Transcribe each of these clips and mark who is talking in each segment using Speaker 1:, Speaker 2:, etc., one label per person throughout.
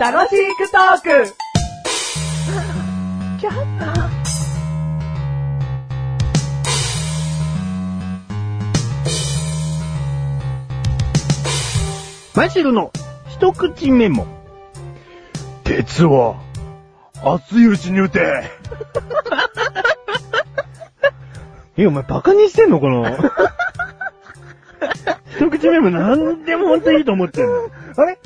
Speaker 1: 楽しくトーク
Speaker 2: マシルの一口メモ。鉄は、熱いうちに打て。 え、お前バカにしてんのこの。 一口メモなんでも本当にいいと思ってんの。
Speaker 3: あれ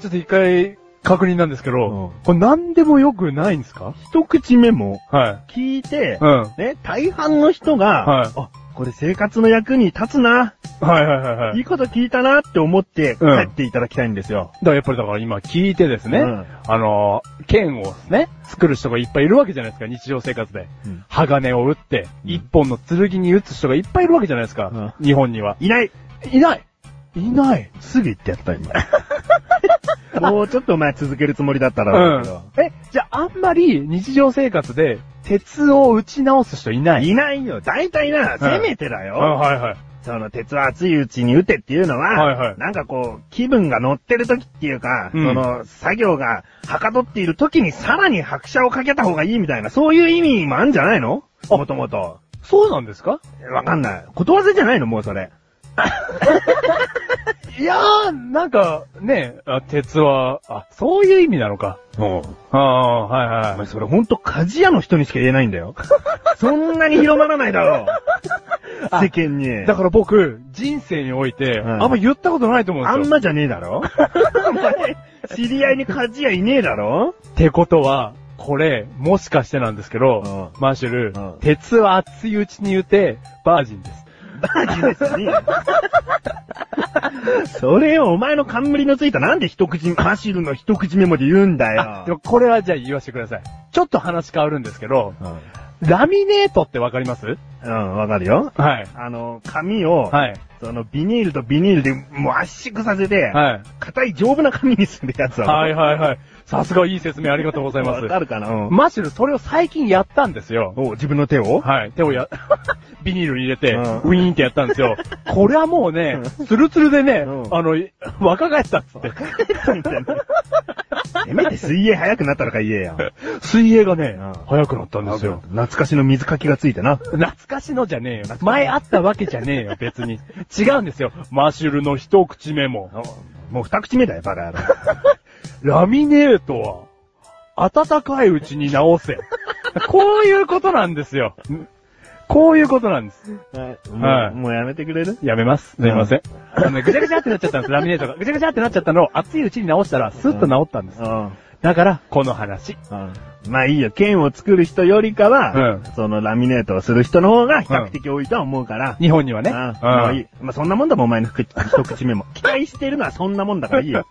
Speaker 3: ちょっと一回確認なんですけど、
Speaker 2: うん
Speaker 3: これ何でもよくないんですか
Speaker 2: 一口メモ
Speaker 3: はい。
Speaker 2: 聞いて、
Speaker 3: うん。はい。
Speaker 2: ね、大半の人が、
Speaker 3: はい
Speaker 2: あ、これ生活の役に立つな、
Speaker 3: はいはいはい
Speaker 2: い。いこと聞いたなって思って帰
Speaker 3: うん
Speaker 2: っていただきたいんですよ。
Speaker 3: だからやっぱりだから今聞いてですね、
Speaker 2: うん
Speaker 3: あのー、剣をね、作る人がいっぱいいるわけじゃないですか、日常生活で。
Speaker 2: うん
Speaker 3: 鋼を打って、
Speaker 2: うん
Speaker 3: 一本の剣に打つ人がいっぱいいるわけじゃないですか、日本には。
Speaker 2: いない
Speaker 3: いないいない
Speaker 2: すぐ言ってやった、今。 もうちょっとお前続けるつもりだったらだ
Speaker 3: うん
Speaker 2: けど。。
Speaker 3: え、じゃああんまり日常生活で鉄を打ち直す人いない
Speaker 2: いないよ。大体な、せめてだよ。
Speaker 3: あはいはい。
Speaker 2: その、鉄は熱いうちに打てっていうのは、
Speaker 3: はいはい
Speaker 2: なんかこう、気分が乗ってる時っていうか、
Speaker 3: うん
Speaker 2: その、作業がはかどっている時にさらに拍車をかけた方がいいみたいな、そういう意味もあるんじゃないの
Speaker 3: あ
Speaker 2: もともと。
Speaker 3: そうなんですか
Speaker 2: わかんない。ことわざじゃないのもうそれ。
Speaker 3: いやー、なんか、ね、あ鉄は、あ、そういう意味なのか。
Speaker 2: うん。
Speaker 3: ああ、はい
Speaker 2: お
Speaker 3: はい
Speaker 2: 前。それほんと鍛冶屋の人にしか言えないんだ よ。そんなに広まらないだろう。
Speaker 3: あ
Speaker 2: 世間に。
Speaker 3: だから僕、人生において、
Speaker 2: うん
Speaker 3: あんま言ったことないと思うんです
Speaker 2: あ
Speaker 3: よ。
Speaker 2: んまじゃねえだろお前知り合いに鍛冶屋いねえだろ
Speaker 3: ってことは、これ、もしかしてなんですけど、
Speaker 2: う
Speaker 3: マーシュル、
Speaker 2: うん
Speaker 3: 鉄は熱いうちに言うて、バージンです。
Speaker 2: バージンですね。 それをお前の冠のついたなんで一口、マシルの一口メモで言うんだ
Speaker 3: あ、で
Speaker 2: よ
Speaker 3: も。これはじゃあ言わせてください。ちょっと話変わるんですけど、
Speaker 2: うん
Speaker 3: ラミネートってわかります
Speaker 2: うん、わかるよ。
Speaker 3: はい。
Speaker 2: あの、紙を、
Speaker 3: はい。
Speaker 2: そのビニールとビニールでもう圧縮させて、
Speaker 3: はい。
Speaker 2: 硬い丈夫な紙にするやつだろ
Speaker 3: はいはいはい。さすがいい説明ありがとうございま
Speaker 2: わか
Speaker 3: す。
Speaker 2: るかな、うん
Speaker 3: マーシュル、それを最近やったんですよ。
Speaker 2: お自分の手を
Speaker 3: はい。手をや、 ビニールに入れて、
Speaker 2: うん
Speaker 3: ウィーンってやったんです よ。これはもうね、ツルツルでね、
Speaker 2: うん
Speaker 3: あの、若返ったっつって。
Speaker 2: みたいな。せめて水泳早くなったのか言えや。
Speaker 3: 水泳がね
Speaker 2: うん、
Speaker 3: 早くなったんですよ。
Speaker 2: 懐かしの水かきがついてな。
Speaker 3: 懐かしのじゃねえよ。前あったわけじゃねえよ、別に。違うんですよ。マシュルの一口目も。
Speaker 2: もう二口目だよ、バカ野郎。
Speaker 3: ラミネートは、暖かいうちに直 せ。こういうことなんですよ。こういうことなんです。
Speaker 2: はい。もう、
Speaker 3: はい
Speaker 2: もうやめてくれる
Speaker 3: やめます。すいません。あのねぐちゃぐちゃってなっちゃったんです、ラミネートが。ぐちゃぐちゃってなっちゃったのを、熱いうちに直したら、スッと直ったんです。
Speaker 2: ん。
Speaker 3: だから、この話。
Speaker 2: まあいいよ、剣を作る人よりかは、
Speaker 3: うん
Speaker 2: そのラミネートをする人の方が比較的多いとは思うから。
Speaker 3: 日本にはね。
Speaker 2: うんま
Speaker 3: あ
Speaker 2: あいいまあそんなもんだもん、お前の口一口目も。 期待してるのはそんなもんだからいい よ。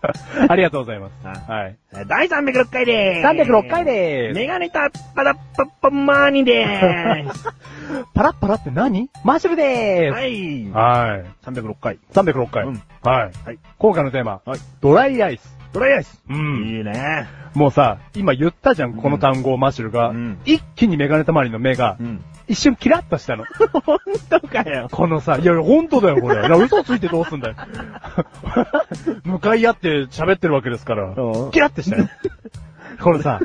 Speaker 3: ありがとうございます。
Speaker 2: あ
Speaker 3: はい。
Speaker 2: 第306回でーす。
Speaker 3: 306回でーす。
Speaker 2: メガネタッパラッパッパマーニでー す。
Speaker 3: パラッパラって何マッシュルでー
Speaker 2: はい
Speaker 3: す。。はい。
Speaker 2: 306回。
Speaker 3: 306回。
Speaker 2: うん
Speaker 3: はい。
Speaker 2: はい
Speaker 3: 今回のテーマ、
Speaker 2: はい
Speaker 3: ドライアイス。
Speaker 2: ドライアイス。
Speaker 3: う
Speaker 2: い
Speaker 3: ん。
Speaker 2: いね。
Speaker 3: もうさ、今言ったじゃん、
Speaker 2: うん
Speaker 3: この単語をマシュルが。
Speaker 2: うん
Speaker 3: 一気にメガネたまりの目が、
Speaker 2: ん。
Speaker 3: 一瞬キラッとし たの。
Speaker 2: 本当かよ。
Speaker 3: このさ、いや、本当だよ、これ。いや嘘ついてどうすんだ よ。 向かい合って喋ってるわけですから。
Speaker 2: うん
Speaker 3: キラッとしたよ。 このさ、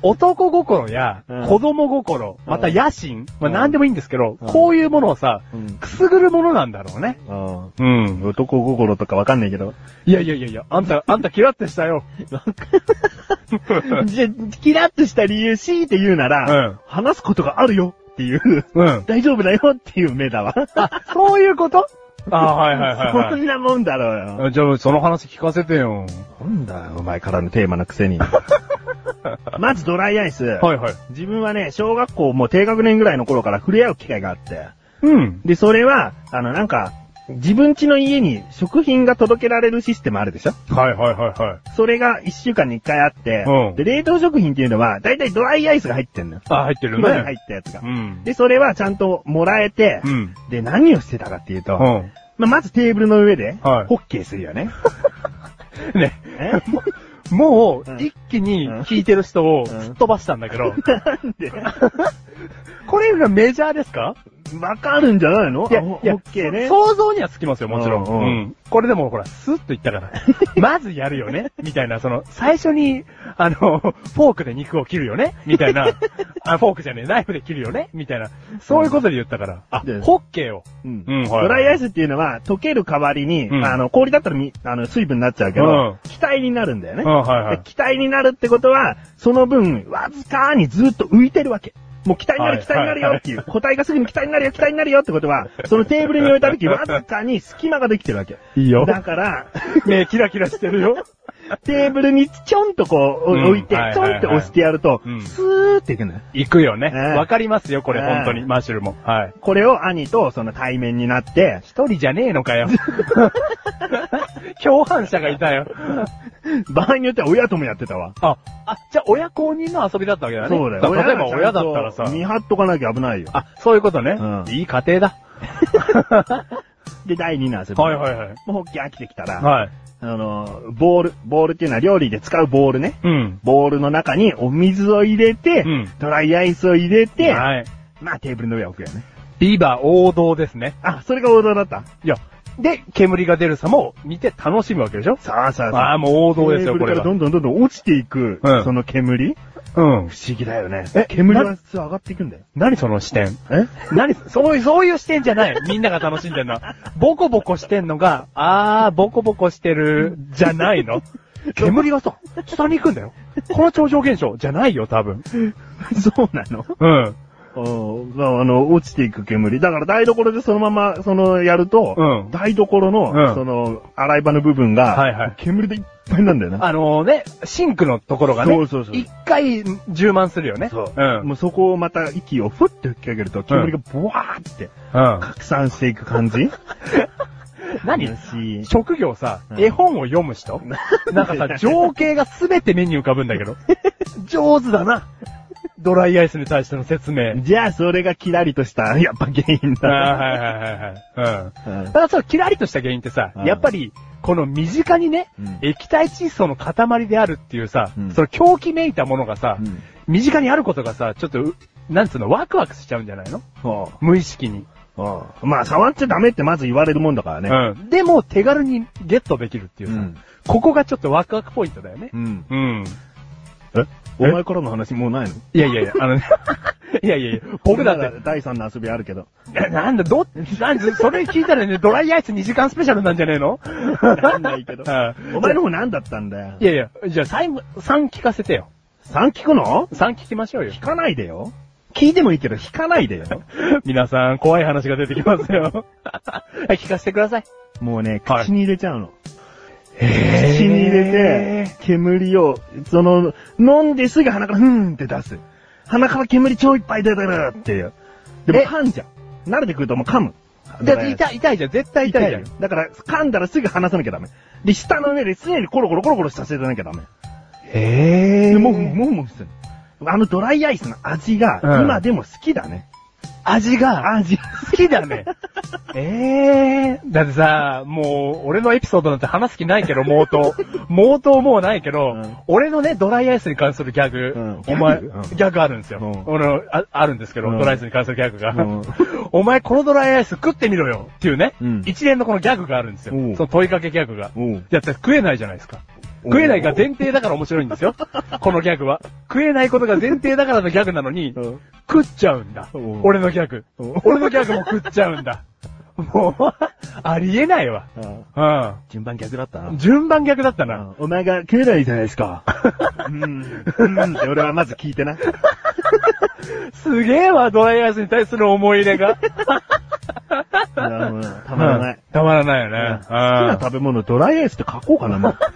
Speaker 3: 男心や
Speaker 2: うん
Speaker 3: 子供心、また野心、まあ
Speaker 2: うん
Speaker 3: 何でもいいんですけど、
Speaker 2: うん
Speaker 3: こういうものをさ
Speaker 2: うん、
Speaker 3: くすぐるものなんだろうね。
Speaker 2: うん。
Speaker 3: うん。
Speaker 2: 男心とかわかんないけど。
Speaker 3: いやいやいやいや、あん た、あんたキラッとした よ。
Speaker 2: じゃ、 キラッとした理由強いて言うなら、
Speaker 3: うん
Speaker 2: 話すことがあるよっていう、
Speaker 3: うん。
Speaker 2: 大丈夫だよっていう目だわ。
Speaker 3: そういうことあはいはい
Speaker 2: そんなもんだろうよ。
Speaker 3: い。じゃあ、その話聞かせてよ。
Speaker 2: なんだよ、お前からのテーマのくせに。 まずドライアイス。
Speaker 3: はいはい。
Speaker 2: 自分はね、小学校もう低学年ぐらいの頃から触れ合う機会があって。
Speaker 3: うん。
Speaker 2: で、それは、あの、なんか、自分家の家に食品が届けられるシステムあるでしょ
Speaker 3: はいはいはいはい。
Speaker 2: それが一週間に一回あって、
Speaker 3: うん
Speaker 2: で、冷凍食品っていうのは、だいたいドライアイスが入ってんのよ。
Speaker 3: あ、入ってる
Speaker 2: 袋に入
Speaker 3: ね
Speaker 2: っ。たやつが
Speaker 3: う。ん。
Speaker 2: で、それはちゃんともらえて、
Speaker 3: うん。
Speaker 2: で、何をしてたかっていうと、
Speaker 3: うん。
Speaker 2: まあ、まずテーブルの上で、
Speaker 3: はい
Speaker 2: ホッケーするよね。
Speaker 3: ね。
Speaker 2: え
Speaker 3: も
Speaker 2: う
Speaker 3: う、
Speaker 2: ん
Speaker 3: 一気に聞いてる人
Speaker 2: うん
Speaker 3: を 吹っ飛ばしたんだけど、
Speaker 2: なんで
Speaker 3: これがメジャーですか
Speaker 2: わかるんじゃないの
Speaker 3: いや、
Speaker 2: あ
Speaker 3: い
Speaker 2: オ
Speaker 3: や
Speaker 2: ッケーね。
Speaker 3: 想像にはつきますよ、もちろん。
Speaker 2: う
Speaker 3: うんん、
Speaker 2: うん
Speaker 3: これでもほら、スッと言った から。まずやるよねみたいな、その、最初に、あの、フォークで肉を切るよねみた いな。あ、フォークじゃねえ、ナイフで切るよねみたいな。そういうことで言ったから。あ、
Speaker 2: で
Speaker 3: ホッケーを。
Speaker 2: うん
Speaker 3: うんはい
Speaker 2: ドライアイスっていうのは、溶ける代わりに、
Speaker 3: うん
Speaker 2: あの、氷だったらみあの水分になっちゃうけど、
Speaker 3: うん
Speaker 2: 気体になるんだよね。
Speaker 3: うんはいはい
Speaker 2: で気体になるってことは、その分、わずかにずっと浮いてるわけ。もう気体にな
Speaker 3: は
Speaker 2: る、
Speaker 3: い
Speaker 2: 気体になるよっていう、固体がすぐに気体になるよ、気体になるよってことは、そのテーブルに置いた 時、わずかに隙間ができてるわけ。
Speaker 3: いいよ
Speaker 2: だから、
Speaker 3: 目キラキラしてるよ。
Speaker 2: テーブルにちょんとこう
Speaker 3: うん
Speaker 2: 置いて、
Speaker 3: はい
Speaker 2: ちょんって押してやると
Speaker 3: はいはいう、ん
Speaker 2: スーっていくのよ。
Speaker 3: 行くよね。
Speaker 2: ええ
Speaker 3: わ、かりますよ、これ、
Speaker 2: ええ
Speaker 3: 本当に。マッシュルも。はい。
Speaker 2: これを兄とその対面になって、
Speaker 3: 一人じゃねえのかよ。 共犯者がいたよ。
Speaker 2: 場合によっては親ともやってたわ。
Speaker 3: あ、あ、じゃあ親公認の遊びだったわけだね。
Speaker 2: そうだよ。
Speaker 3: から例えば親だったらさ。
Speaker 2: 見張っとかなきゃ危ないよ。
Speaker 3: あ、そういうことね。
Speaker 2: うん
Speaker 3: いい家庭だ。
Speaker 2: で、第2の遊び。
Speaker 3: はいはいはい。
Speaker 2: もうホッケー飽きてきたら、
Speaker 3: はい。
Speaker 2: あの、ボール、ボールっていうのは料理で使うボールね。
Speaker 3: うん。
Speaker 2: ボールの中にお水を入れて、
Speaker 3: うん
Speaker 2: ドライアイスを入れて、
Speaker 3: はい。
Speaker 2: まあテーブルの上は置くよね。
Speaker 3: ビバ王道ですね。
Speaker 2: あ、それが王道だった
Speaker 3: いや、で、煙が出る様を見て楽しむわけでしょ
Speaker 2: さあさあさ
Speaker 3: ああ、もう王道です
Speaker 2: テー
Speaker 3: よ、
Speaker 2: ブ
Speaker 3: こ
Speaker 2: ル
Speaker 3: れ
Speaker 2: から
Speaker 3: が。
Speaker 2: どんどんどんどん落ちていく、
Speaker 3: うん
Speaker 2: その煙
Speaker 3: うん。
Speaker 2: 不思議だよね。
Speaker 3: え
Speaker 2: 煙
Speaker 3: な
Speaker 2: は普通上がっていくんだよ。
Speaker 3: 何その視点
Speaker 2: え
Speaker 3: 何そういう、そういう視点じゃない。みんなが楽しんでんの。ボコボコしてんのが、あー、ボコボコしてる、じゃない の。煙がさ、下に行くんだよ。この超常現象じゃないよ、多分。
Speaker 2: そうな の
Speaker 3: うん。
Speaker 2: ああの、落ちていく煙。だから台所でそのまま、その、やると、
Speaker 3: うん
Speaker 2: 台所の、
Speaker 3: うん
Speaker 2: その、洗い場の部分が、
Speaker 3: はいはい
Speaker 2: 煙でいっぱいなんだよな。
Speaker 3: あのね、シンクのところがね、
Speaker 2: そうそうそう
Speaker 3: 一回充満するよね。うん。
Speaker 2: もうそこをまた息をふって吹きかけると、煙がボワーって
Speaker 3: うん。
Speaker 2: 拡散していく感じ、
Speaker 3: 何
Speaker 2: よし
Speaker 3: 職業さ
Speaker 2: う、ん
Speaker 3: 絵本を読む 人なんかさ、情景がすべて目に浮かぶんだけど。 上手だな。ドライアイスに対しての説明。
Speaker 2: じゃあ、それがキラリとした、やっぱ原因
Speaker 3: あー
Speaker 2: だ。
Speaker 3: はいはいはいはい。うん。
Speaker 2: うん
Speaker 3: ただそのキラリとした原因ってさ
Speaker 2: う、ん
Speaker 3: やっぱり、この身近にね、
Speaker 2: うん
Speaker 3: 液体窒素の塊であるっていうさ、
Speaker 2: うん
Speaker 3: その狂気めいたものがさ、
Speaker 2: うん
Speaker 3: 身近にあることがさ、ちょっとう、なんつうの、ワクワクしちゃうんじゃないの
Speaker 2: そ
Speaker 3: 無意識に。
Speaker 2: ううんまあ、触っちゃダメってまず言われるもんだからね。
Speaker 3: うん。でも、手軽にゲットできるっていうさ、
Speaker 2: うん
Speaker 3: ここがちょっとワクワクポイントだよね。
Speaker 2: うん。
Speaker 3: うん。
Speaker 2: えお前からの話もうないの
Speaker 3: いやいやいや、あ のね、いやいやいや、僕だって、
Speaker 2: 第3の遊びあるけど。
Speaker 3: なんだ、ど、なんだ、それ聞いたらね、ドライアイス2時間スペシャルなんじゃねえの
Speaker 2: なんないけど。
Speaker 3: うん
Speaker 2: お前の方何だったんだよ
Speaker 3: い。やいや、じゃあ、最後、3聞かせてよ。
Speaker 2: 3聞くの
Speaker 3: 3聞きましょうよ
Speaker 2: 聞。かないでよ。聞いてもいいけど、聞かないでよ。
Speaker 3: 皆さん、怖い話が出てきますよ。 はい聞かせてください。
Speaker 2: もうね、
Speaker 3: はい
Speaker 2: 口に入れちゃうの。
Speaker 3: へ
Speaker 2: 口に入れて、煙を、その、飲んですぐ鼻からふーんって出す。鼻から煙超いっぱい出てるっていう。でも
Speaker 3: え
Speaker 2: 噛んじゃう。慣れてくるともう噛む。
Speaker 3: だって痛い、痛いじゃん。絶対痛いじゃん。
Speaker 2: だから、噛んだらすぐ離さなきゃダメ。で、舌の上で常にコロコロコロコロさせてなきゃダメ。
Speaker 3: へ
Speaker 2: で、もふもふもふする。あのドライアイスの味が、
Speaker 3: うん
Speaker 2: 今でも好きだね。
Speaker 3: 味が、
Speaker 2: 味。
Speaker 3: 好きだ ね。ええー。だってさ、もう、俺のエピソードなんて話す気ないけど、毛 頭。毛頭もうないけど、
Speaker 2: うん
Speaker 3: 俺のね、ドライアイスに関するギャグ、
Speaker 2: うん
Speaker 3: お前、
Speaker 2: ギ
Speaker 3: ギ
Speaker 2: ャグうん
Speaker 3: ャグあるんですよ。
Speaker 2: うん
Speaker 3: 俺のあ、あるんですけど、
Speaker 2: うん
Speaker 3: ドライアイスに関するギャグが。
Speaker 2: うん
Speaker 3: お前、このドライアイス食ってみろよっていうね、
Speaker 2: うん
Speaker 3: 一連のこのギャグがあるんですよ
Speaker 2: おう。
Speaker 3: その問いかけギャグが。
Speaker 2: おう
Speaker 3: だって食えないじゃないですか。
Speaker 2: おう
Speaker 3: 食えないが前提だから面白いん ですよ。このギャグは。食えないことが前提だからのギャグなのに、
Speaker 2: うん
Speaker 3: 食っちゃうんだ
Speaker 2: おう。
Speaker 3: 俺のギャグ
Speaker 2: おう。
Speaker 3: 俺のギャグも食っちゃうんだ。もう、ありえないわ。う。。
Speaker 2: 順番逆だったなん
Speaker 3: 順番逆だったな。
Speaker 2: お前が食えないじゃないです か。うん。うんって俺はまず聞いてな。
Speaker 3: すげえわ、ドライアイスに対する思い入れが。
Speaker 2: たまらない
Speaker 3: うん。たまらな
Speaker 2: うん好き
Speaker 3: いよ
Speaker 2: な
Speaker 3: ね。
Speaker 2: 食べ物ドライアイスって書こうかな、もう。
Speaker 3: うん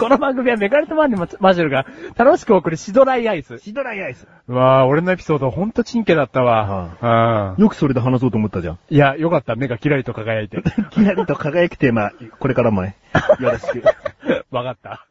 Speaker 3: この番組はメガネとマンデーマジュルが楽しく送るシドライアイス。
Speaker 2: シドライアイス。
Speaker 3: うわぁ、俺のエピソードほんとチンケだったわ。うん。
Speaker 2: よくそれで話そうと思ったじゃん。
Speaker 3: いや、よかった。目がキラリと輝いて。
Speaker 2: きらりと輝くテーマ、これからもね、よろしく。
Speaker 3: わかった。